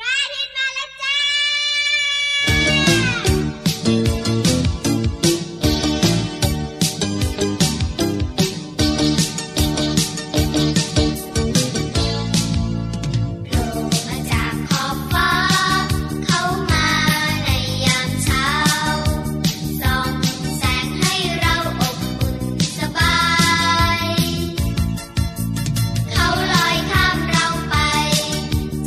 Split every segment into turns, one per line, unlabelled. พระอาทิตย์มาแล้วจ้า
โผล่มาจากขอบฟ้า เข้ามาในยามเช้า ส่องแสงให้เราอบอุ่นสบาย เขาลอยข้ามเราไป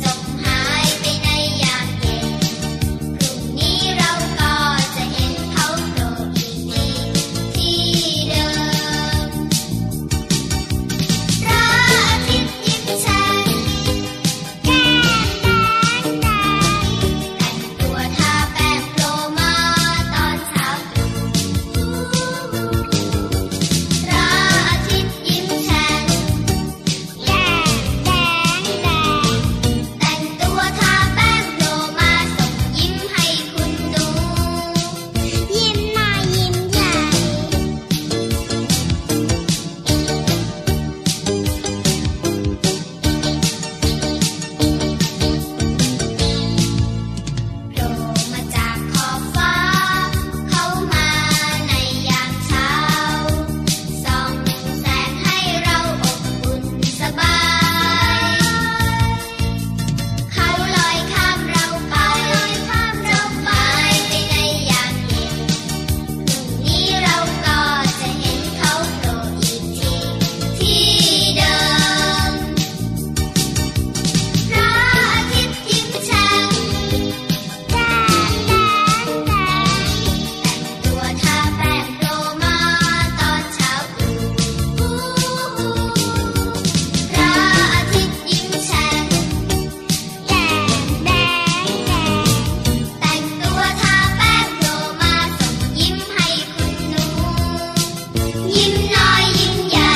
จมหายไปในยามเย็น พรุ่งนี้เราก็จะเห็นเขาโผล่อีกทีที่เดิม พระอาทิตย์ยิ้มแฉ่ง แก้มแดงๆแต่งตัวทาแป้งโปรมาตอนเช้าตรู่พระอาทิตย์ยิ้มแฉ่งแก้มแดงๆแต่งตัวทาแป้งโปรมาส่งยิ้มให้คุณดู ยิ้มหน้ายิ้มใหญ่ โผล่มาจากขอบฟ้า เข้ามาในยามเช้า ส่องแสงให้เราอบอุ่นสบาย เขาลอยข้ามเราไปลอยข้ามเราไปในยามเย็นพรุ่งนี้เราก็จะเห็นเขาโผล่อีกทีที่เดิม พระอาทิตย์ยิ้มแฉ่ง แดงแดงแดงแต่งตัวทาแป้งโรมาตอนเช้าตรู่พระอาทิตย์ยิ้มแฉ่งแดงแดงแดงแต่งตัวทาแป้งโรมาส่งยิ้มให้คุณหนู ยิ้มน้อยยิ้มใหญ่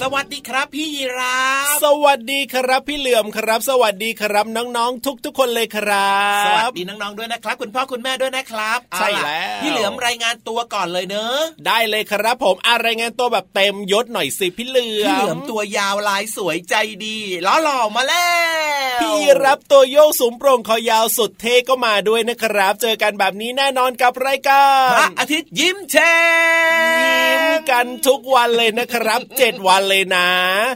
สวัสดีครับพี่ยีราฟ
สวัสดีครับพี่เหลือมครับ สวัสดีครับน้องๆ ทุกๆคนเลยครั
สวัส
บ
ดีน้องๆด้วยนะครับ คุณพ่อคุณแม่ด้วยนะครับ
ใช่
เอาะ
แล้ว
พี่เหลือมรายงานตัวก่อนเลยเนอะ
ได้เลยครับผมอะไรายงานตัวแบบเต็มยศหน่อยสิพี่เหลือ
พี่เหลือ
ม
มตัวยาวลายสวยใจดีล้อหล่อมาแล้ว
พี่รับตัวโยกสูงโปร่งคอยาวสุดเท่ก็มาด้วยนะครับ เจอกันแบบนี้แน่นอนกับรายกา
พระ
ร
อาทิตย์ยิ้มแฉ่
ยิ้ม
ง
กันทุกวันเลยนะครับ 7 วันเลยนะ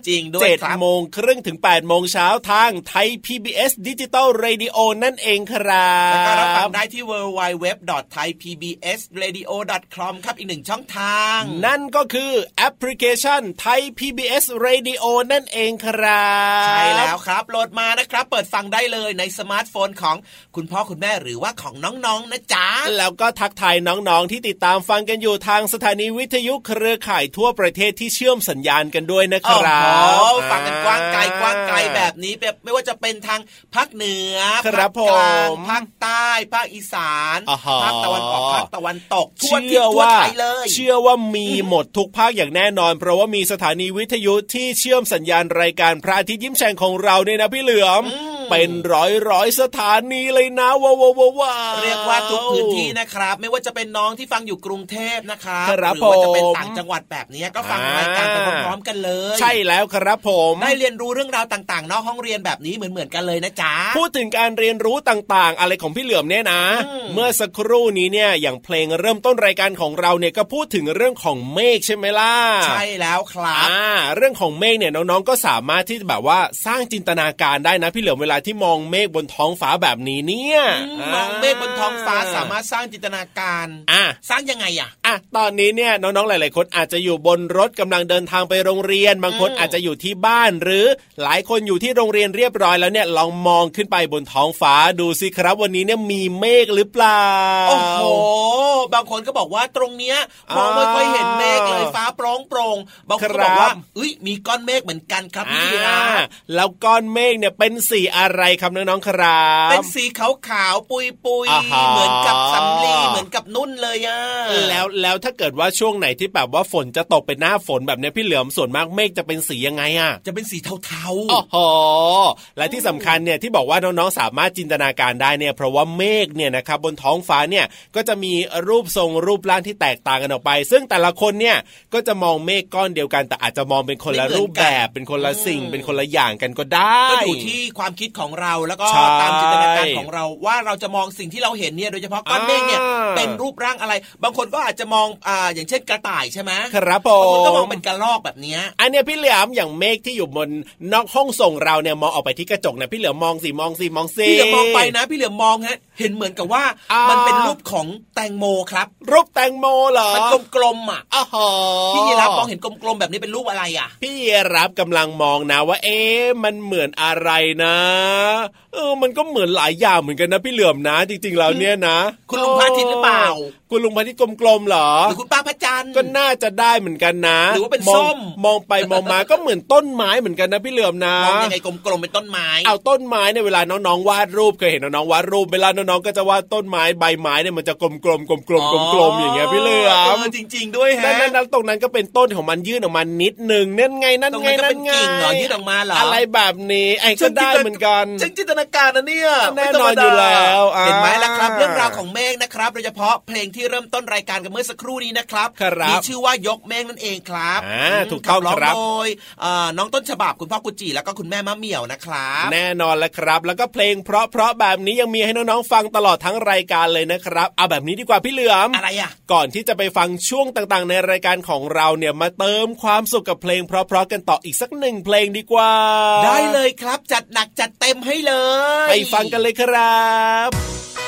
จริงด้วย
เจ็ด
ครับ
โมงครึ่งถึง8ปดโมงเช้าทางไทย PBS ดิจิตอลเรดิโอนั่นเองครั
แล้วก็รับฟั
บ
งได้ที่ www.thaipbsradio.com ครับอีกหนึ่งช่องทาง
นั่นก็คือแอปพลิเคชันไทย PBS Radio นั่นเองครับ
ใช่แล้วครับโหลดมานะครับ เปิดฟังได้เลยในสมาร์ทโฟนของคุณพ่อคุณแม่หรือว่าของน้องๆนะจ๊ะ
แล้วก็ทักทายน้องๆ ที่ติดตามฟังกันอยู่ทางสถานีวิทยุเครือข่ายทั่วประเทศที่เชื่อมสัญญาณกันด้วยนะค
โอ้
รั
โห
บ
ฟังกันกว้างไกลกว้างไกลแบบนี้แบบไม่ว่าจะเป็นทางภาคเหนือ
ครับผ
ภาคกลาง
ม
ภาคใต้ภาคอีสาน
อ่าฮะ
ภาคตะวันออกภาคตะวันตกทั่วทิศ
เชื่อ
ทั่ว
ว่า
ไทยเลย
เชื่อว่ามีหมดทุกภาคอย่างแน่นอน เพราะว่ามีสถานีวิทยุที่เชื่อมสัญญาณรายการพระอาทิตย์ยิ้มแฉ่งของเราเนี่ยนะพี่เหลือม เป็นร้อยร้อยๆสถานีเลยนะว้าวว้าวว้าวว้าว
เรียกว่าทุกพื้นที่นะครับ ไม่ว่าจะเป็นน้องที่ฟังอยู่กรุงเทพนะครับ
ครับ
หรือว่าจะเป็น
ผม
ต่างจังหวัดแบบนี้ก็ฟัง
อ่าร
รายการไปพร้อมๆกันเลย
ใช่แล้วครับผม
ได้เรียนรู้เรื่องราวต่างๆนอกห้องเรียนแบบนี้เหมือนๆกันเลยนะจ๊ะ
พูดถึงการเรียนรู้ต่างๆ อะไรของพี่เหลือมเนี่ยนะ
อืม
เมื่อสักครู่นี้เนี่ยอย่างเพลงเริ่มต้นรายการของเราเนี่ยก็พูดถึงเรื่องของเมฆใช่ไหมล่ะ
ใช่แล้วครับ
อ่าเรื่องของเมฆเนี่ยน้องๆก็สามารถที่จะแบบว่าสร้างจินตนาการได้นะพี่เหลือมเวลาที่มองเมฆบนท้องฟ้าแบบนี้เนี่ย
มองเมฆบนท้องฟ้าสามารถสร้างจินตนาการ
อ่ะ
สร้างยังไงอ่ะ
อ่ะตอนนี้เนี่ยน้องๆหลาย ๆ คนอาจจะอยู่บนรถกำลังเดินทางไปโรงเรียน บางคน
อืม
อาจจะอยู่ที่บ้านหรือหลายคนอยู่ที่โรงเรียนเรียบร้อยแล้วเนี่ยลองมองขึ้นไปบนท้องฟ้าดูสิครับ วันนี้เนี่ยมีเมฆหรือเปล่า
โอ้โห บางคนก็บอกว่าตรงเนี้ยมองไม่ค่อยเห็นเมฆเลยฟ้าโปร่งโปร่งๆบางคนก็บอกว่า
ครับ
เอ้ยมีก้อนเมฆเหมือนกันครับ
อ่า
พี่นะ
แล้วก้อนเมฆเนี่ยเป็นสีอะ อะไรครับน้องๆครับ
เป็นสีขาวขาวๆปุยปุยๆ
อ่าฮะ
เหมือนกับสำลีเหมือนกับนุ่นเลยอ่ะ
แล้วแล้วถ้าเกิดว่าช่วงไหนที่แบบว่าฝนจะตกเป็นหน้าฝนแบบเนี้ยพี่เหลือมส่วนมากเมฆจะเป็นสียังไงอ่ะ
จะเป็นสีเทา
โอ้โหและที่สำคัญเนี่ยที่บอกว่าน้องๆสามารถจินตนาการได้เนี่ยเพราะว่าเมฆเนี่ยนะครับบนท้องฟ้าเนี่ยก็จะมีรูปทรงรูปร่างที่แตกต่างกันออกไป ซึ่งแต่ละคนเนี่ยก็จะมองเมฆก้อนเดียวกัน แต่อาจจะมองเป็นคนละรูปแบบเป็นคนละสิ่ง เป็นคนละอย่างกันก็ได้
ๆก็อยู่ที่ความคิดของเราแล้วก็
ใช่
ตามจินตนาการของเราว่าเราจะมองสิ่งที่เราเห็นเนี่ยโดยเฉพาะก้อนเมฆเนี่ย
อ่า
เป็นรูปร่างอะไร บางคนก็อาจจะมองอ่าอย่างเช่นกระต่ายใช่ไหม
ครับผ
บางคนก็มอง
ม
เป็นกระรอกแบบเนี้ย
อันเนี้ยพี่เหลือมอย่างเมฆที่อยู่บนนอกห้องส่งเราเนี่ยมองออกไปที่กระจกนะพี่เหลือมมองสิมองสิมองสิ
พี่เหลือมมองไปนะ พี่เหลือมมองฮะ เห็นเหมือนกับว่า
อ่ามั
มันเป็นรูปของแตงโมครับ
รูปแตงโมเหรอ
มันกลมๆอ่ะ
อ๋อเหรอ
พี่ยีรับมองเห็นกลมๆแบบนี้เป็นรูปอะไรอ่ะ
พี่รับกำลังมองนะว่า เอ๊ะมันเหมือนอะไรนะเออมันก็เหมือนหลายอย่างเหมือนกันนะพี่เหลือมนะ จริง ๆ แล้วเนี่ยนะ
คุณลุงพระอาทิตย์หรือเปล่า
คุณลุงพระอาทิตย์กลมๆเหรอ
หรือคุณป้าพระจันทร์
ก็น่าจะได้เหมือนกันนะ
หรือว่าเป็น
ม
ส้
อง
ม
มองไปมองมาก็เหมือนต้นไม้เหมือนกันนะพี่เหลือมนะ
มองยังไงกลมๆเป็นต้นไม้
เอาต้นไม้เนี่ยเวลาน้องๆวาดรูปเคยเห็นน้องๆวาดรูปเวลาน้องๆก็จะวาดต้นไม้ใบไม้เนี่ยมันจะกลมๆกลมๆกลมๆกลมๆอย่างเงี้ยพี่เหลือ
เอ
ม
อจริง ๆ ด้วยฮะ
นั่นนั่นนั่นตรงนั้นก็เป็นต้นของมันยื่นออกมานิดหนึ่งนั่นไงนั่น
ตรง
ไง
นั้นก็เป็
นั่
น น
ไง
กิ่งเหรอยืดออกมาเหรอ
อะไรแบบนี้ไอ้ก็ได้เหมือนกัน
ฉันจินตนาการนะเนี่ย
แน่
ไม่ธรรม
นอน
ดา
อยู่แล้วอ่า
เห็นไหมล่ะครับ เรื่องราวของเมฆนะครับ โดยเฉพาะเพลงที่เริ่มต้นรายการกันเมื่อสักครู่นี้นะครับ
ครับ
มีชื่อว่ายกเมฆนั่นเองครับ
อ่าถูกต้อง
ขัร้
ครับ
โดยเอ่อน้องต้นฉบับคุณพ่อกุจิแล้วก็คุณแม่มะเหมี่ยวนะครับ
แน่นอนแล้วครับ แล้วก็เพลงเพราะๆแบบนี้ยังมีให้น้องๆฟังตลอดทั้งรายการเลยนะครับเอาแบบนี้ดีกว่าพี่เหลือม
อะไรอ่ะ
ก่อนที่จะไปฟังช่วงต่างๆ ในรายการของเราเนี่ยมาเติมความสุขกับเพลงเพราะๆกันต่ออีกสักหนึ่งเพลงดีกว่า
ได้เลยครับจัดหนักจัดเต็มให้เลย
ไปฟังกันเลยครับ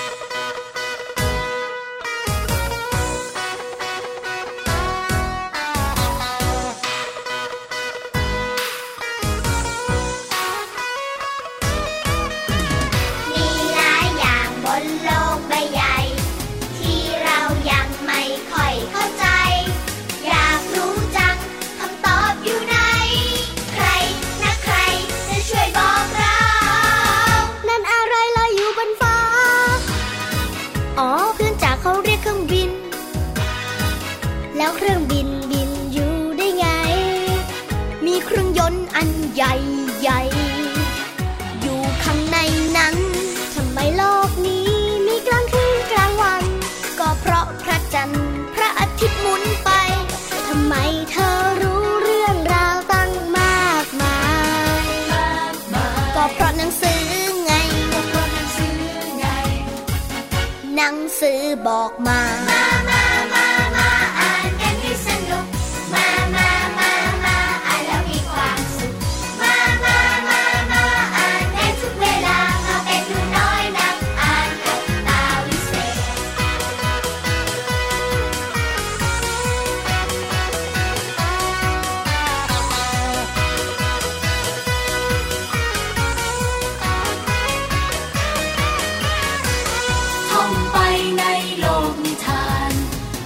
มีหลายอย่างบนโลกใบใหญ่ ที่เรายังไม่ค่อยเข้าใจ อยากรู้จังคำตอบอยู่ไหน ใครนะใครจะช่วยบอกเรา
นั่นอะไรลอยอยู่บนฟ้า อ๋อเครื่องจักรเขาเรียกเครื่องบิน แล้วเครื่องบินบินอยู่ได้ไง มีเครื่องยนต์อันใหญ่ใหญ่ อยู่ข้างในนั้น ทำไมโลกนี้มีกลางคืนกลางวัน ก็เพราะพระจันทร์พระอาทิตย์หมุนไป ทำไมเธอรู้เรื่องราวตั้งมากมาย ก็เพราะหนังสือไง หนังสือบอกมา
มามามามาอ่านกันให้สนุก มามามามาอ่านแล้วมีความสุข มามามามาอ่านได้ทุกเวลามาเป็นหนูน้อยนักอ่านกับตาวิเศษ
ท่องไปในโลกนิทาน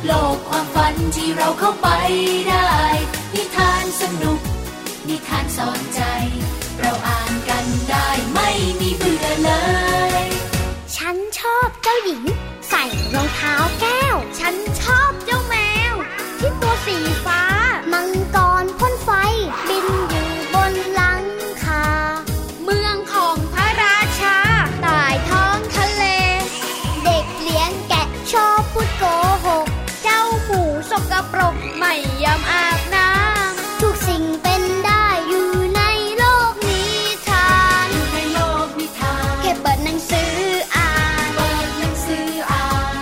โลกความฝันที่เราเข้าไปได้ นิทานสนุก นิทานสอนใจ เราอ่านกันได้ไม่มีเบื่อเลย
ฉันชอบเจ้าหญิง ใส่รองเท้าแก้ว ฉันชอบเจ้าแมว ที่ตัวสีฟ้า มังกรพ่นไฟ บินอยู่บนหลังคา เมืองของพระราชาใตายท้องทะเล เด็กเลี้ยงแกะชอบพูดโกหก เจ้าหมูสกปรกไม่ยอมอาบน้ำทุกสิ่งเป็นได้อยู่ในโลกนิทาน
อยู่ในโลกนิทาน
แค่เปิดหนังสืออ่าน
เปิดหนังสืออ่าน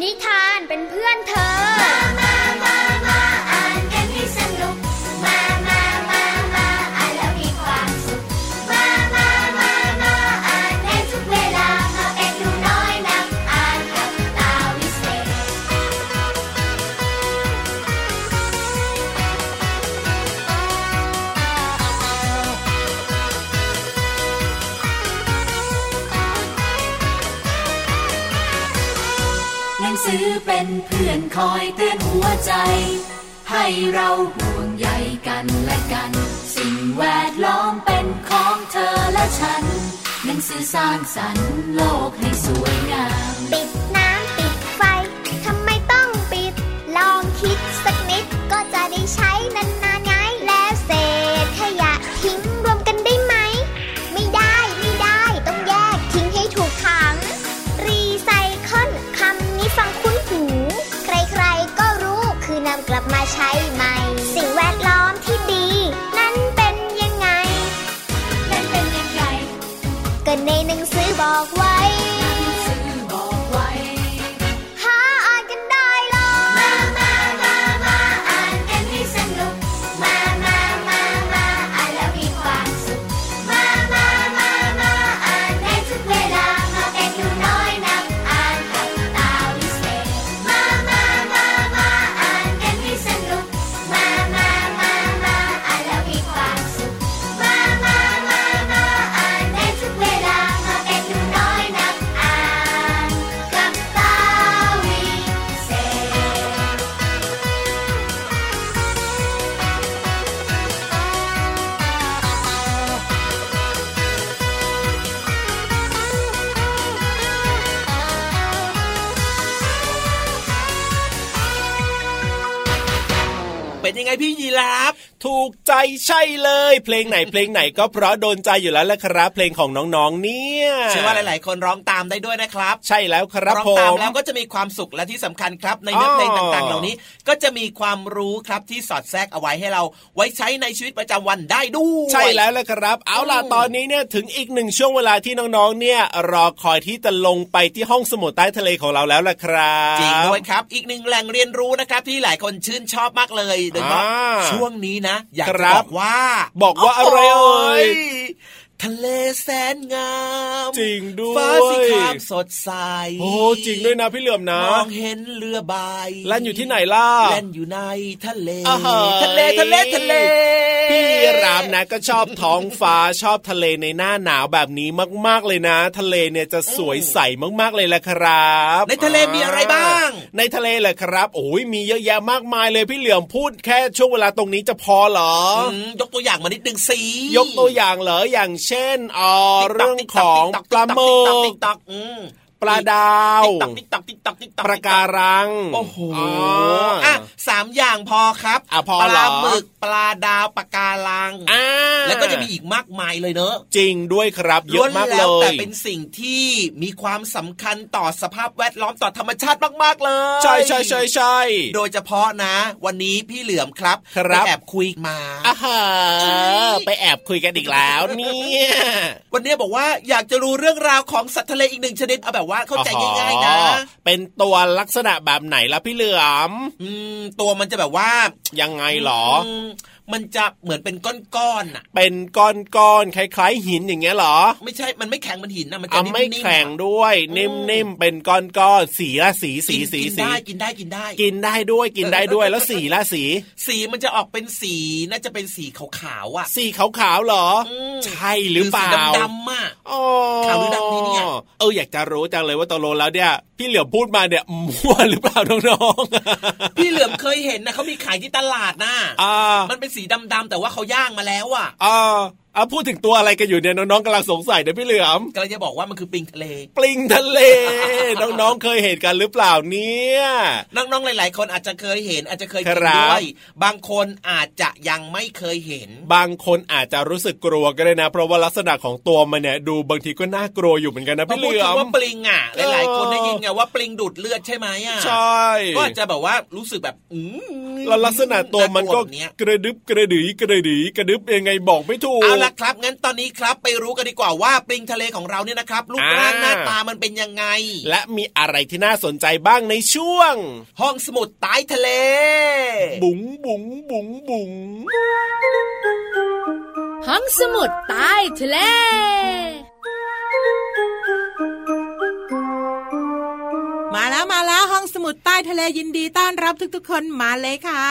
นิทานเป็นเพื่อนเธอ
มามามาอ่านกันให้สนุก มามามามาอ่านแล้วมีความสุข มามามามาอ่านได้ทุกเวลามาเป็นหนูน้อยนักอ่านกับตาวิเศษ
หนังสือเป็นเพื่อนคอยเตือนหัวใจ ให้เราห่วงใยกันและกัน สิ่งแวดล้อมเป็นของเธอและฉัน หนังสือสร้างสรรค์โลกให้สวยงาม
ปิดน้ำปิดไฟ ทำไมต้องปิด ลองคิดสักนิดก็จะได้ใช้นานๆไงแล้วเศษขยะทิ้งรวมกันได้ไหม ไม่ได้ไม่ได้ต้องแยกทิ้งให้ถูกถัง รีไซเคิลคำนี้ฟังคุ้นหู ใครๆก็รู้คือนำกลับมาใช้ใหม่ สิ่งแวดล้อมที่ดี นั้นเป็นยังไง
นั่นเป็นยังไง
ก็ในหนังสือบอกไว้
ซื้อบอกไว้
หาอ่านกันได้เลย
มามามาอ่านกันให้สนุก มามามามาอ่านแล้วมีความสุข มามามามาอ่านได้ทุกเวลา มาเป็นหนูน้อยนำอ่านกับตาวิเศษ มามามามาอ่านกันให้สนุก มามามามาอ่านแล้วมีความสุข มามามามาอ่านได้ทุกเวลา มาเป็นหนูน้อยนำอ่านกับตาวิเศษ
เป็นยังไงพี่ยีราฟ
ถูกใจใช่เลย เพลงไหนเพลงไหนก็เพราะโดนใจอยู่แล้วละครับ เพลงของน้องๆเนี่ย
เชื่อว่าหลายๆ คนร้องตามได้ด้วยนะครับ
ใช่แล้วครับ
ร้อง
ผ
ตาม
ม
แล้วก็จะมีความสุขและที่สำคัญครับ ในเนื้อเพลง
อ๋อ
ต่างๆ เหล่านี้ ก็จะมีความรู้ครับที่สอดแทรกเอาไว้ให้เรา ไว้ใช้ในชีวิตประจำวันได้ด้วย
ใช่แล้วละครับ เอาล่ะ
อืม
ตอนนี้เนี่ยถึงอีกหนึ่งช่วงเวลาที่น้องๆเนี่ย รอคอยที่จะลงไปที่ห้องสมุดใต้ทะเลของเราแล้วละครับ
จริงด้วยครับ อีกหนึ่งแหล่งเรียนรู้นะครับที่หลายคนชื่นชอบมากเลยโดยเฉพาะ
อ่า
ช่วงนี้นะ อยาก
ค
จะ
รั
บบ อกว่า
บอกว่าอะไรเอ่ย
โทะเลแสนงาม
จริงด้วย
ฟ้าสีครามสดใส
โอ้จริงด้วยนะพี่เหลือมนะ
มองเห็นเรือใบ
แล่นอยู่ที่ไหนล่ะ
เล่นอยู่ในทะเล
อ่าฮะ
ทะเลทะเลทะเล
พี่รามนะก็ชอบท้องฟ้า ชอบทะเลในหน้าหนาวแบบนี้มากๆเลยนะ ทะเลเนี่ยจะสวยใสมากๆเลยละครับ
ในทะเลมีอะไรบ้าง
ในทะเลเหรอครับ โอ้ยมีเยอะแยะมากมายเลยพี่เหลือมพูดแค่ช่วงเวลาตรงนี้จะพอเหรออ
มยกตัวอย่างมานิดนึงสิ
ยกตัวอย่างเหรออย่างเช่นเออ
ติ๊กต๊ก
เรื่องของ
ติ๊ก
ปลา
ต๊ก
หมึ
ติ๊
ก
กต๊อกอืม
ปลาดาว
ติ๊กต๊อกติ๊กต๊อกติ๊กต๊อกติ๊กต๊อก
ปลาการัง
โอ้โห
อ่ะ
อ่ะสามอย่างพอครับ
อ่ะพอ
ป
เหรอ
ลาหมึกปลาดาวปลาการัง
อ่า
แล้วก็จะมีอีกมากมายเลยเนอะ
จริงด้วยครับเย
ล้
อะ
วน
มากเล
แล้วแต่
ย
เป็นสิ่งที่มีความสำคัญต่อสภาพแวดล้อมต่อธรรมชาติมากๆเลย
ใช่ใช่ใช่ใช่
โดยเฉพาะนะ วันนี้พี่เหลือมครับ
ครับ
ไปแอบคุยมา
อ่าฮะไปแอบคุยกันอีกแล้วเนี่ย
วันนี้บอกว่าอยากจะรู้เรื่องราวของสัตว์ทะเลอีกหนึ่งชนิดเอาแบบว่าเข้าใจง่ายๆนะ
อ๋อเป็นตัวลักษณะแบบไหนล่ะพี่เหลือม
อืมตัวมันจะแบบว่า
ยังไงเหรอ
มมันจะเหมือนเป็นก้อนๆน่ะ
เป็นก้อนๆคล้ายๆหินอย่างเงี้ยเหรอ
ไม่ใช่มันไม่แข็งมันหินนะมันจะ
เอา
นิ่มๆ
ไม่แข็ง
อะ
ด้วย นิ่มๆเป็นก้อนๆสีละสีสี
กิน
สี
กิน
สี
ได้กินได้กินได้
กินได้ด้วยกินได้ด้วยแล้วสีละสี
สีมันจะออกเป็นสีน่าจะเป็นสีขาวๆอ่ะ
สีขาวๆเหรอ
อืม
ใช่หรือเปล่า
สีดำๆอ่ะ
อ๋อ
ขาวหรือดำดีเนี่ย
เอออยากจะรู้จังเลยว่าตกลงแล้วเนี่ย พี่เหลือมพูดมาเนี่ยมั่วหรือเปล่าน้องๆ
พี่เหลือมเคยเห็นนะเขามีขายที่ตลาดนะ
อ่า
มันเป็นสีดำๆแต่ว่าเขาย่างมาแล้วอ่ะ
อ่าอ่าพูดถึงตัวอะไรกันอยู่เนี่ยน้องๆกำลังสงสัยนะพี่เหลือม
กำลังจะบอกว่ามันคือปลิงทะเล
ปลิงทะเล น้องๆเคยเห็นกันหรือเปล่าเนี่ย
น้องๆ หลาย ๆ คนอาจจะเคยเห็นอาจจะเคยกิน
ครับ
ด้วย บางคนอาจจะยังไม่เคยเห็น
บางคนอาจจะรู้สึกกลัวก็ได้นะ เพราะว่าลักษณะของตัวมันเนี่ยดูบางทีก็น่ากลัวอยู่เหมือนกันนะ
พอ
พี่เห
พูด
ลือ
ถึง
ม
ว่าปลิงอ่ะ
เออ
หลายๆ คนได้ยินไงว่าปลิงดูดเลือดใช่ไหมอ่ะ
ใช่
ก็อาจจะแบบว่ารู้สึกแบบอืม
แล้วลักษณะตัวมัน
าลั
ก็
วแบบเนี้ย
กระดึบกระดือกระดือกระดึบยังไงบอกไม่ถูก
เอาละครับ งั้นตอนนี้ครับ ไปรู้กันดีกว่าว่าปลิงทะเลของเราเนี่ยนะครับรูปร่าง
อ่า
หน้าตามันเป็นยังไง
และมีอะไรที่น่าสนใจบ้างในช่วง
ห้องสมุดใต้ทะเล
บุ๋งบุ๋งบุ๋งบุ๋ง
ห้องสมุดใต้ทะเล
ม
มาแล้วมาแล้วห้องสมุดใต้ทะเลยินดีต้อนรับทุกๆ คนมาเลยค่ะ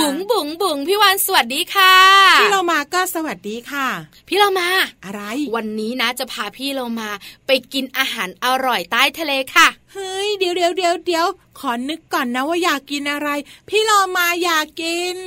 บุ๋งบุ๋งบุ๋งพี่วานสวัสดีค่ะ
พี่เรามาก็สวัสดีค่ะ
พี่เรามา
อะไร
วันนี้นะจะพาพี่เรามา ไปกินอาหารอร่อยใต้ทะเลค่ะ
เฮ้ยเดี๋ยวเดี๋ยวเดี๋ยวเดี๋ยวขอนึกก่อนนะว่าอยากกินอะไร พี่เรามาอยากกิ น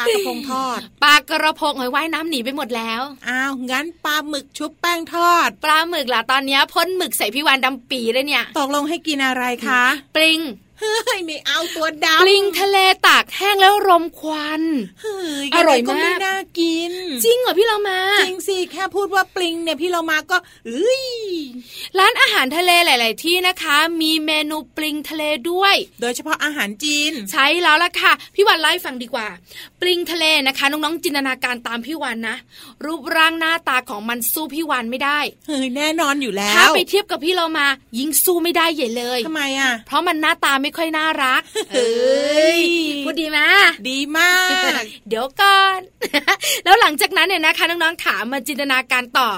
ปลากระพงทอด
ปลากระพงหอยว่ายน้ำหนีไปหมดแล้ว
อ้าวงั้นปลาหมึกชุบแป้งทอด
ปลาหมึกล่ะตอนเนี้ยพ่นหมึกใส่พี่วานดำปีเลยเนี่ย
ตกลงให้กินอะไรคะ
ปลิง
เฮ้ยไม่เอาตัวดำ
ปลิงทะเลตากแห้งแล้วรมควัน
เฮ้ย
อร่อยมาก
ก็ไม่น่ากิน
จริงเหรอพี่เรามา
จริงสิแค่พูดว่าปลิงเนี่ยพี่เรามาก็เอ้ย
ร้านอาหารทะเลหลาย ๆ ที่นะคะ มีเมนูปลิงทะเลด้วย
โดยเฉพาะอาหารจีน
ใช้แล้วล่ะค่ะ พี่วันเล่าให้ฟังดีกว่า ปลิงทะเลนะคะ น้อง ๆ จินตนาการตามพี่วันนะ รูปร่างหน้าตาของมันสู้พี่วันไม่ได้
เฮ้ยแน่นอนอยู่แล้
ถ้าว ไปเทียบกับพี่เรามา ยิงสู้ไม่ได้ใหญ่เลย
ทำไมอ่ะ
เพราะมันหน้าตาไม่ค่อยน่ารัก
เอ้ย
พูดดีไหม
ดีมาก
เดี๋ยวก่อน แล้วหลังจากนั้นเนี่ยนะคะน้องๆขามาจินตนาการต่อ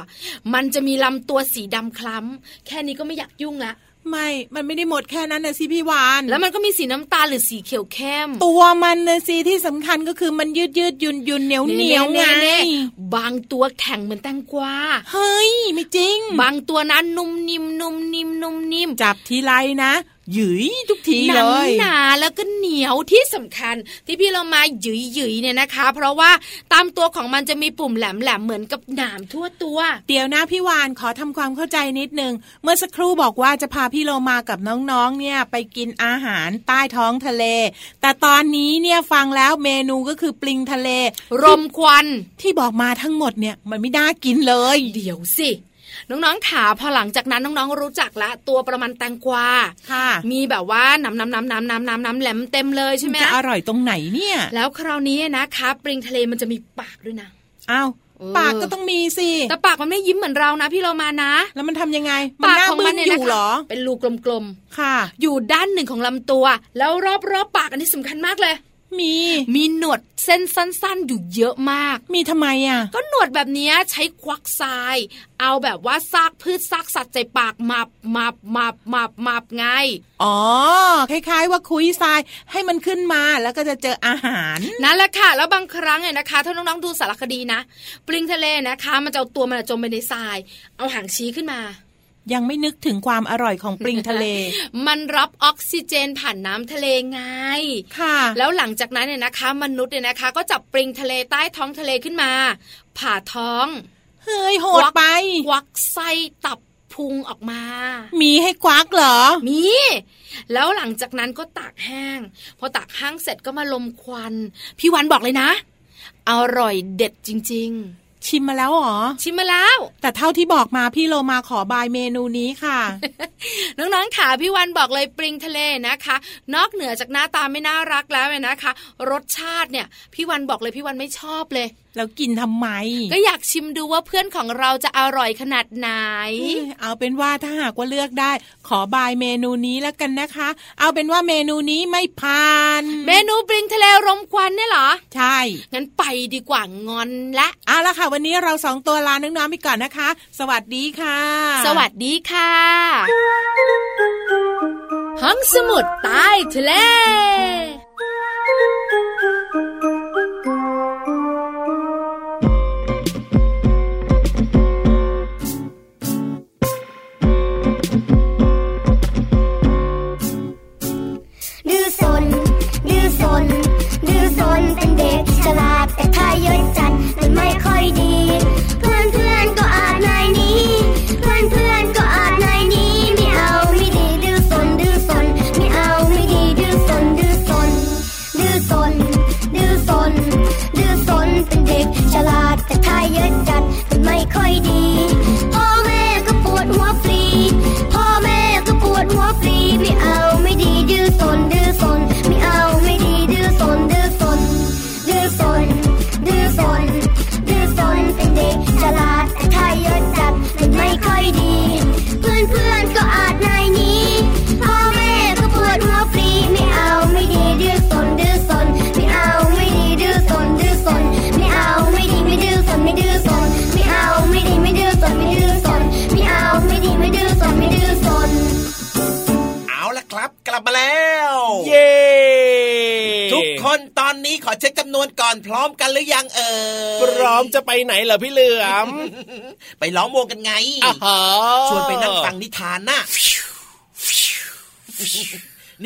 มันจะมีลำตัวสีดำคล้ำแค่นี้ก็ไม่อยากยุ่งละ
ไม่ มันไม่ได้หมดแค่นั้นนะสิพี่วาน
แล้วมันก็มีสีน้ำตาลหรือสีเขียวเข้ม
ตัวมันนะสิที่สำคัญก็คือมันยืดยืดยุนยุนเหนียวเหนียวไง
เน่ๆๆบางตัวแข็งเหมือนแตงกวา
เฮ้ย ไม่จริง
บางตัวนั้นนุ่มนิ่มนุ่มนิ่มนุ่มนิ่ม
จับทีไรนะ หยุยทุกที
ห
เล
นั
ย
หนาแล้วก็เหนียวที่สำคัญ ที่พี่เรามาหยุยหยๆเนี่ยนะคะ เพราะว่าตามตัวของมันจะมีปุ่มแหลมแหลมๆเหมือนกับหนามทั่วตัว
เดี๋ยวนะพี่วานขอทำความเข้าใจนิดนึง เมื่อสักครู่บอกว่าจะพาพี่โลมากับน้องๆ เนี่ยไปกินอาหารใต้ท้องทะเล แต่ตอนนี้เนี่ยฟังแล้วเมนูก็คือปลิงทะเล
รมควัน
ที่บอกมาทั้งหมดเนี่ยมันไม่น่ากินเลย
เดี๋ยวสิ น้องๆขาพอหลังจากนั้นน้องๆรู้จักละ ตัวประมาณแตงกวา
ค่ะ
มีแบบว่าน้ำน้ำน้ำน้ำน้ำน้ำน้ำแหลมเต็มเลยใช่ไหม
จะอร่อยตรงไหนเนี่ย
แล้วคราวนี้นะคะปริงทะเลมันจะมีปากด้วยนะ
อ้าว
เออ
ปากก็ต้องมีสิ
แต่ปากมันไม่ยิ้มเหมือนเรานะพี่เรามานะ
แล้วมันทำยังไง มั
ปาก
หน้า
ของ
บึ้
มัน
ง
เนี่ย
อ
นะ
ยู่เหร
คะ
อ
เป็นรูกลม
ค่ะ
ๆ อยู่ด้านหนึ่งของลำตัว แล้วรอบๆปากอันนี้สำคัญมากเลย
มี
มีหนวดเส้นสั้นๆ อยู่เยอะมาก
มีทำไมอ่ะ
ก็หนวดแบบเนี้ยใช้ควักทราย เอาแบบว่าซากพืชซากสัตว์ใจปากมับมับมับมับมับไง
อ๋อ คล้ายๆ ว่าคุยทรายให้มันขึ้นมาแล้วก็จะเจออาหาร
นั่นแหละค่ะ แล้วบางครั้งเนี่ยนะคะ ถ้าน้องๆดูสารคดีนะ ปลิงทะเลนะคะ มันจะเอาตัวมันจมไปในทราย เอาหางชี้ขึ้นมา
ยังไม่นึกถึงความอร่อยของปลิงทะเล
มันรับออกซิเจนผ่านน้ำทะเลไง
ค่ะ
แล้วหลังจากนั้นเนี่ยนะคะ มนุษย์เนี่ยนะคะ ก็จับปลิงทะเลใต้ท้องทะเลขึ้นมา ผ่าท้อง
เฮ้ยโหดไป
ควักไส้ตับพุงออกมา
มีให้ควักเหรอ
มี แล้วหลังจากนั้นก็ตากแห้ง พอตากแห้งเสร็จก็มาลมควัน พี่วันบอกเลยนะ อร่อยเด็ดจริง
ชิมมาแล้วเหรอ
ๆ ชิมมาแล้ว
แต่เท่าที่บอกมาพี่โลมาขอบายเมนูนี้ค่ะ
น้องๆค่ะพี่วันบอกเลยปริงทะเลนะคะ นอกเหนือจากหน้าตาไม่น่ารักแล้วเนี่ยนะคะ รสชาติเนี่ย พี่วันบอกเลยพี่วันไม่ชอบเลย
แล้วกินทำไม
ก็อยากชิมดูว่าเพื่อนของเราจะอร่อยขนาดไหน
เอาเป็นว่าถ้าหากว่าเลือกได้ ขอบายเมนูนี้แล้วกันนะคะ เอาเป็นว่าเมนูนี้ไม่ผ่าน
เมนูปริงทะเลรมควันเนี่ยเหรอ
ใช่
งั้นไปดีกว่างอนละ
เอาละค่ะ วันนี้เราสองตัวลาน้องๆไปก่อนนะคะ สวัสดีค่ะ
สวัสดีค่ะ ห้องสมุดใต้ทะเล
ดื้อสน ดื้อสน ดื้อสนเป็นเด็กฉลาดแต่ถ้าเยอะจัดมันไม่ค่อยดี เพื่อนเพื่อนๆก็อาจนายหนี้ เพื่อนเพื่อนๆก็อาจนายหนี้ไม่เอาไม่ดีดื้อสน ดื้อสนไม่เอาไม่ดีดื้อสน ดื้อสน ดื้อสน ดื้อสน ดื้อสนเป็นเด็กฉลาดแต่ถ้าเยอะจัดมันไม่ค่อยดี พ่อแม่ก็ปวดหัวฟรี พ่อแม่ก็ปวดหัวฟรี ไม่เอาไม่ดีดื้อสนดื้อสน ไม่เอาไม่ดีดื้อสนดื้อสน ดื้อสน ดื้อสน ดื้อสนเป็นเด็กฉลาดแต่ถ้าเยอะจัดมันไม่ค่อยดี เพื่อนเพื่อนๆก็อาจนายหนี้ พ่อแม่ก็ปวดหัวฟรีไม่เอาไม่ดีดื้อสนดื้อสน ไม่เอาไม่ดีดื้อสนดื้อสน ไม่เอาไม่ดีไม่ดื้อสนไม่ดื้อสน ไม่เอาไม่ดีไม่ดื้อสนไม่ดื้อสน ไม่เอาไม่ดีไม่ดื้อสนไม่ดื้อสน
ลับมาแล้ว
เย้
ทุกคนตอนนี้ขอเช็คจำนวนก่อนพร้อมกันหรือยังเอ่ย
พร้อมจะไปไหนเหรอพี่เหลือม
ไปล้อมวงกันไง
อ่าฮะ
ชวนไปนั่งฟังนิทานน่ะ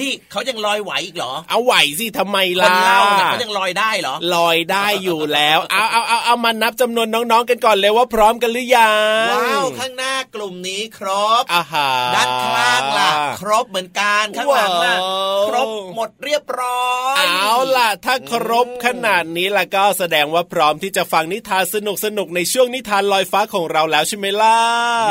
นี่เขายังลอยไหวอีกเหรอ
เอาไหวสิทำไม
ค
ล่ะ
นเล่าน่ะเขายังลอยได้เหรอ
ลอยได้อยู่แล้ว เอาเอาเอาเอามานับจำนวนน้องๆกันก่อนเลยว่าพร้อมกันหรือยัง
ว้าว ข้างหน้ากลุ่มนี้ครบ
อาหาร
ด้านข้างล่ะ ครบเหมือนกันข้างหลังล่ะ
ว้าว
ครบหมดเรียบร้อย
เอาล่ะ ถ้าครบขนาดนี้ล่ะก็แสดงว่าพร้อมที่จะฟังนิทานสนุกๆ ในช่วงนิทานลอยฟ้าของเราแล้วใช่ไหมล่ะ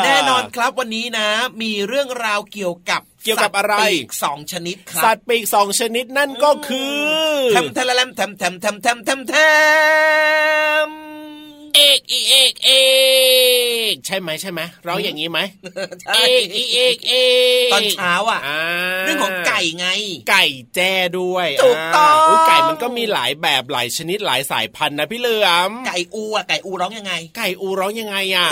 แน่นอนครับวันนี้นะ มีเรื่องราวเกี่ยวกับ
เกี่ยวกับอะไร
สัตปีกสองชนิดครั
สัตว์ปีกสองชนิดนั่นก็คือ
แทมแทมแลมแทมแทมแทมแทมแทมแทม
เอกอีเอกเอกใช่ไหมใช่ไหมร้องอย่างนี้ไหม
ใช่
เอกอีเอกเอก
ตอนเช้าอ่ะ
อ่า
เรื่องของไก่ไง
ไก่แจ้ด้วย
ถูกต้อง
ายไก่มันก็มีหลายแบบหลายชนิดหลายสายพันธุ์นะพี่เหลือม
ไก่อูอ่ะไก่อูร้องยังไง
ไก่อูร้องยังไงอ่ะ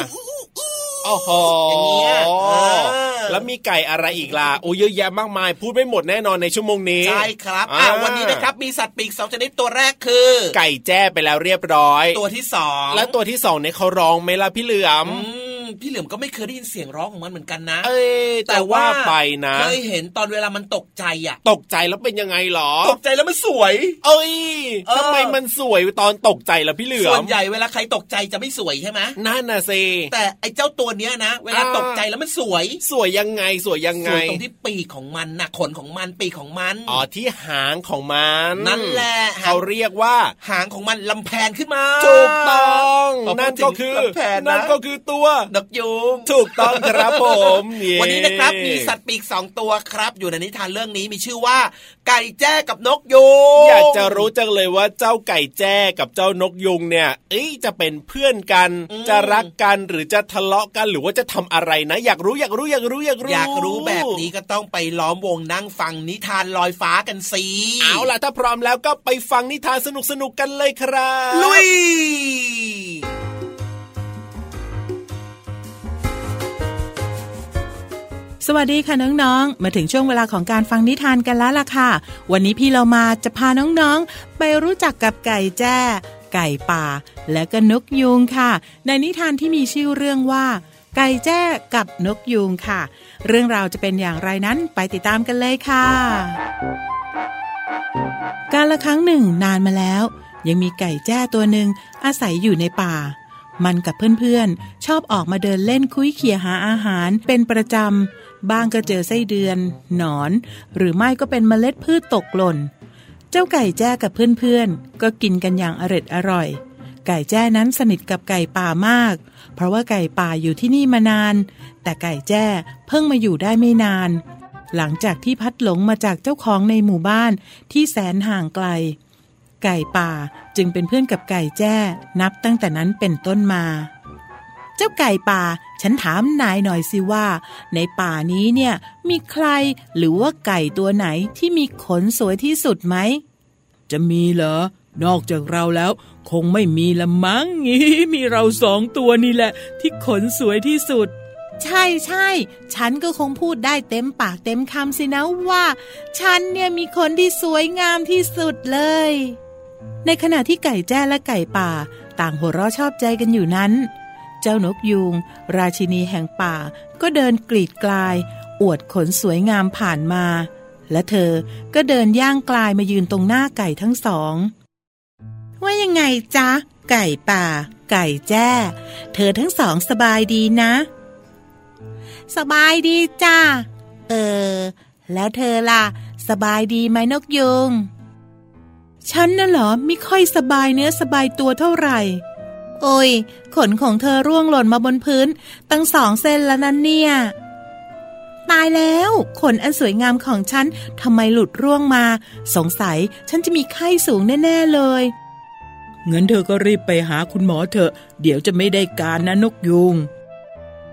โอ้โห
อย่างเงี้ยเออ
แล้วมีไก่อะไรอีกล่ะโอ้เยอะแยะมากมาย พูดไม่หมดแน่นอนในชั่วโมงนี้
ใช่ครับอ่ะ
อ่า
วันนี้นะครับมีสัตว์ปีกสองชนิดตัวแรกคือ
ไก่แจ้ไปแล้วเรียบร้อย
ตัวที่สอง
แล้วตัวที่สองเนี่ยเขาร้องไหมล่ะพี่เหลือม
อืมพี่เหลือมก็ไม่เคยได้ยินเสียงร้องของมันเหมือนกันนะ
เอ้ยแต่ว่าไปนะ
เคยเห็นตอนเวลามันตกใจอ่ะ
ตกใจแล้วเป็นยังไงหรอ
ตกใจแล้วมันสวย
เอ้ย
เออ
ทำไมมันสวยตอนตกใจล่ะพี่เหลือ
ส่ว
ม
นใหญ่เวลาใครตกใจจะไม่สวยใช่ไหม
นั่นน่ะสิ
แต่ไอ้เจ้าตัวเนี้ยนะ เวลา
อ่า
ตกใจแล้วมันสวย
สวยยังไงสวยยัง
ส
ไง
วยตรงที่ปีกของมันนะขนของมันปีกของมัน
อ๋อที่หางของมัน
นั่นแหละ
เขาเรียกว่า
หางของมันลำแพนขึ้นมา
ถูกต้อง
พอพูด
นั่นก็คือ
ถึงลำแพน
นั่น
นะ
ก็คือตัวน
กยูง
ถูกต้องครับผมเย้
วันนี้นะครับมีสัตว์ปีกสองตัวครับ อยู่ในนิทานเรื่องนี้มีชื่อว่า ไก่แจ้กับนกยูง
อยากจะรู้จังเลยว่าเจ้าไก่แจ้กับเจ้านกยุงเนี่ย เอ้ยจะเป็นเพื่อนกัน จะรักกันหรือจะทะเลาะกันหรือว่าจะทำอะไรนะ อยากรู้อยากรู้อยากรู้อยากรู้
อยากรู้แบบนี้ก็ต้องไปล้อมวงนั่งฟังนิทานลอยฟ้ากันสิ
เอาล่ะถ้าพร้อมแล้วก็ไปฟังนิทานสนุกๆกันเลยครับ
ลุย
สวัสดีค่ะน้องๆ มาถึงช่วงเวลาของการฟังนิทานกันแล้วล่ะค่ะ วันนี้พี่เรามาจะพาน้องๆ ไปรู้จักกับไก่แจ้ ไก่ป่า และก็นกยูงค่ะ ในนิทานที่มีชื่อเรื่องว่า ไก่แจ้กับนกยูงค่ะ เรื่องราวจะเป็นอย่างไรนั้นไปติดตามกันเลยค่ะ การละครั้งหนึ่งนานมาแล้ว ยังมีไก่แจ้ตัวหนึ่งอาศัยอยู่ในป่า มันกับเพื่อนๆ ชอบออกมาเดินเล่นคุยเขี่ยหาอาหารเป็นประจำ บ้างก็เจอไส้เดือน หนอน หรือไม่ก็เป็นเมล็ดพืชตกหล่น เจ้าไก่แจ้กับเพื่อนๆ ก็กินกันอย่างอร็ดอร่อย ไก่แจ้นั้นสนิทกับไก่ป่ามาก เพราะว่าไก่ป่าอยู่ที่นี่มานาน แต่ไก่แจ้เพิ่งมาอยู่ได้ไม่นาน หลังจากที่พัดหลงมาจากเจ้าของในหมู่บ้านที่แสนห่างไกล ไก่ป่าจึงเป็นเพื่อนกับไก่แจ้นับตั้งแต่นั้นเป็นต้นมา เจ้าไก่ป่า ฉันถามนายหน่อยสิว่า ในป่านี้เนี่ยมีใครหรือว่าไก่ตัวไหนที่มีขนสวยที่สุดไหม จะมีเหรอ นอกจากเราแล้ว คงไม่มีละมั้ง มีเราสองตัวนี่แหละ ที่ขนสวยที่สุด ใช่ใช่ฉันก็คงพูดได้เต็มปากเต็มคำสินะว่า ฉันเนี่ยมีคนที่สวยงามที่สุดเลย ในขณะที่ไก่แจ้และไก่ป่า ต่างหัวเราะชอบใจกันอยู่นั้น เจ้านกยูงราชินีแห่งป่า ก็เดินกรีดกลาย อวดขนสวยงามผ่านมา และเธอก็เดินย่างกลายมายืนตรงหน้าไก่ทั้งสอง ว่ายังไงจ๊ะ ไก่ป่า ไก่แจ้ เธอทั้งสองสบายดีนะ สบายดีจ้า เออ แล้วเธอล่ะ สบายดีไหมนกยุง ฉันน่ะเหรอไม่ค่อยสบายเนื้อสบายตัวเท่าไหร่ โอ้ย ขนของเธอร่วงหล่นมาบนพื้น ตั้งสองเส้นแล้วนั่นเนี่ย ตายแล้ว ขนอันสวยงามของฉันทำไมหลุดร่วงมา สงสัยฉันจะมีไข้สูงแน่ ๆ เลย เงินเธอก็รีบไปหาคุณหมอเถอะ เดี๋ยวจะไม่ได้การนะนกยุง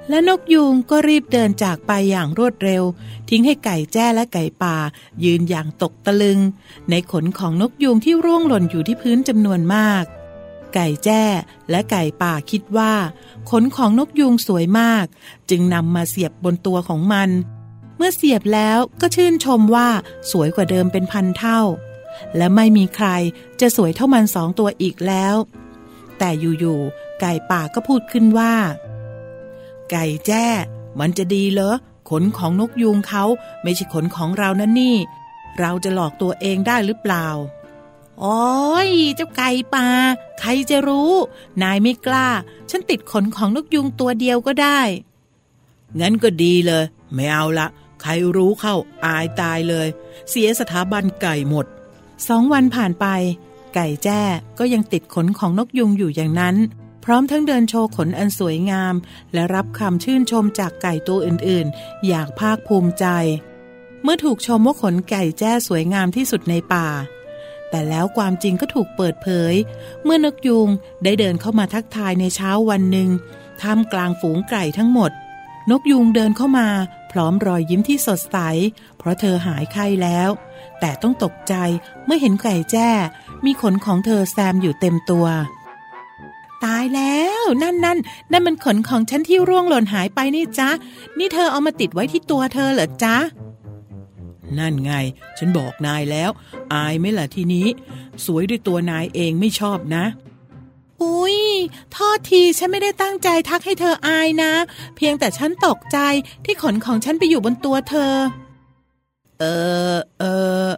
และนกยูงก็รีบเดินจากไปอย่างรวดเร็ว ทิ้งให้ไก่แจ้และไก่ป่า ยืนอย่างตกตะลึง ในขนของนกยูงที่ร่วงหล่นอยู่ที่พื้นจำนวนมาก ไก่แจ้และไก่ป่าคิดว่า ขนของนกยูงสวยมาก จึงนำมาเสียบบนตัวของมัน เมื่อเสียบแล้วก็ชื่นชมว่าสวยกว่าเดิมเป็นพันเท่า และไม่มีใครจะสวยเท่ามันสองตัวอีกแล้ว แต่อยู่ๆไก่ป่าก็พูดขึ้นว่า ไก่แจ้ มันจะดีเหรอขนของนกยูงเขาไม่ใช่ขนของเรานั่นนี่ เราจะหลอกตัวเองได้หรือเปล่า โอ้ยเจ้าไก่ป่าใครจะรู้ นายไม่กล้า ฉันติดขนของนกยุงตัวเดียวก็ได้ งั้นก็ดีเลย ไม่เอาละ ใครรู้เข้าอายตายเลย เสียสถาบันไก่หมด สองวันผ่านไป ไก่แจ้ก็ยังติดขนของนกยุงอยู่อย่างนั้น พร้อมทั้งเดินโชว์ขนอันสวยงาม และรับคำชื่นชมจากไก่ตัวอื่นๆ อย่างภาคภูมิใจ เมื่อถูกชมว่าขนไก่แจ้สวยงามที่สุดในป่า แต่แล้วความจริงก็ถูกเปิดเผย เมื่อนกยุงได้เดินเข้ามาทักทายในเช้าวันหนึ่งท่ามกลางฝูงไก่ทั้งหมด นกยุงเดินเข้ามา พร้อมรอยยิ้มที่สดใส เพราะเธอหายไข้แล้ว แต่ต้องตกใจเมื่อเห็นไก่แจ้ มีขนของเธอแซมอยู่เต็มตัว ตายแล้วนั่นนั่นนั่นมันขนของฉันที่ร่วงหล่นหายไปนี่จ๊ะ นี่เธอเอามาติดไว้ที่ตัวเธอเหรอจ๊ะ นั่นไง ฉันบอกนายแล้ว อายไหมล่ะทีนี้ สวยด้วยตัวนายเองไม่ชอบนะ อุ๊ยโทษทีฉันไม่ได้ตั้งใจทักให้เธออายนะ เพียงแต่ฉันตกใจที่ขนของฉันไปอยู่บนตัวเธอ เออเออ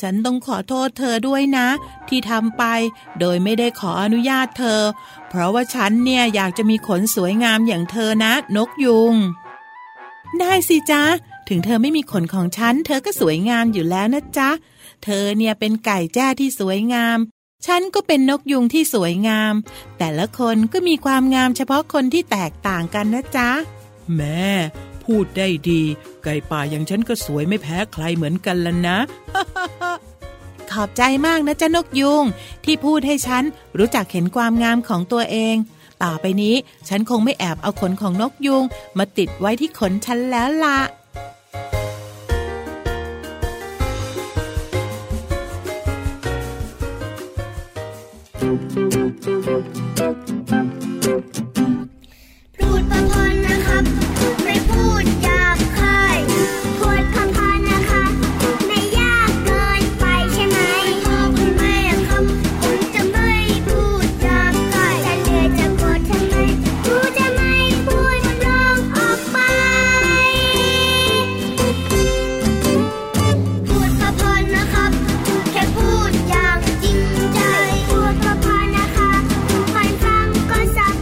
ฉันต้องขอโทษเธอด้วยนะ ที่ทำไปโดยไม่ได้ขออนุญาตเธอ เพราะว่าฉันเนี่ยอยากจะมีขนสวยงามอย่างเธอนะ นกยุง ได้สิจ๊ะ ถึงเธอไม่มีขนของฉัน เธอก็สวยงามอยู่แล้วนะจ๊ะ เธอเนี่ยเป็นไก่แจ้ที่สวยงาม ฉันก็เป็นนกยุงที่สวยงาม แต่ละคนก็มีความงามเฉพาะคนที่แตกต่างกันนะจ๊ะ แม่พูดได้ดี ไก่ป่าอย่างฉันก็สวยไม่แพ้ใครเหมือนกันละนะ ขอบใจมากนะจ๊ะนกยุง ที่พูดให้ฉันรู้จักเห็นความงามของตัวเอง ต่อไปนี้ฉันคงไม่แอบเอาขนของนกยุง มาติดไว้ที่ขนฉันแล้วละ
พูดประพรนะครับ ไม่พูดหยาบคายพูดคำพานนะคะ ไม่ยากเกินไปใช่ไหมพ่อคุณแม่ครับ ผมจะไม่พูดหยาบคายถ้าเหนื่อยจะโกรธทำไมกูจะไม่พูดร้องออกไป พูดประพรนะครับ แค่พูดอย่างจริงใจ พูดประพรนะคะฟัน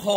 โห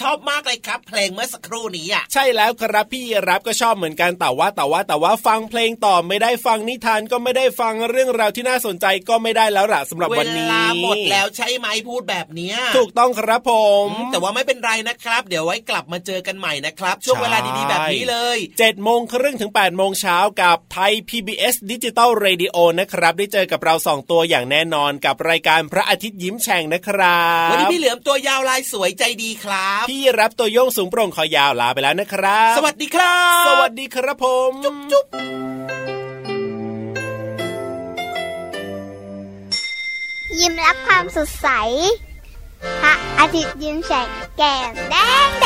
ชอบมากเลยครับ เพลงเมื่อสักครู่นี้อ่ะ
ใช่แล้วครับพี่รับก็ชอบเหมือนกันแต่ว่าแต่ว่าแต่ว่าฟังเพลงต่อไม่ได้ฟังนิทานก็ไม่ได้ฟังเรื่องราวที่น่าสนใจก็ไม่ได้แล้วล่ะสำหรับวันนี้
เวลาหมดแล้วใช่ไหมพูดแบบเนี้ย
ถูกต้องครับผม
อืมแต่ว่าไม่เป็นไรนะครับ เดี๋ยวไว้กลับมาเจอกันใหม่นะครับ ช่วงเวลาดีๆแบบนี้เลย
7จ็ดโมงครึ่งถึง8ปดโมงเช้ากับไทย PBS ดิจิตอล Radio นะครับ ได้เจอกับเราสองตัวอย่างแน่นอนกับรายการพระอาทิตย์ยิ้มแฉ่งนะครับ
วันนี้พี่เหลือมตัวยาวลายสวยใจดีครับ
พี่รับตัวโยงสูงโปร่งคอยาวลาไปแล้วนะครับ
สวัสดีครับ
สวัสดีครับผมจุ๊บจุ๊บ
ยิ้มรับความสดใส พระอาทิตย์ยิ้มแฉกแก้มแดงแด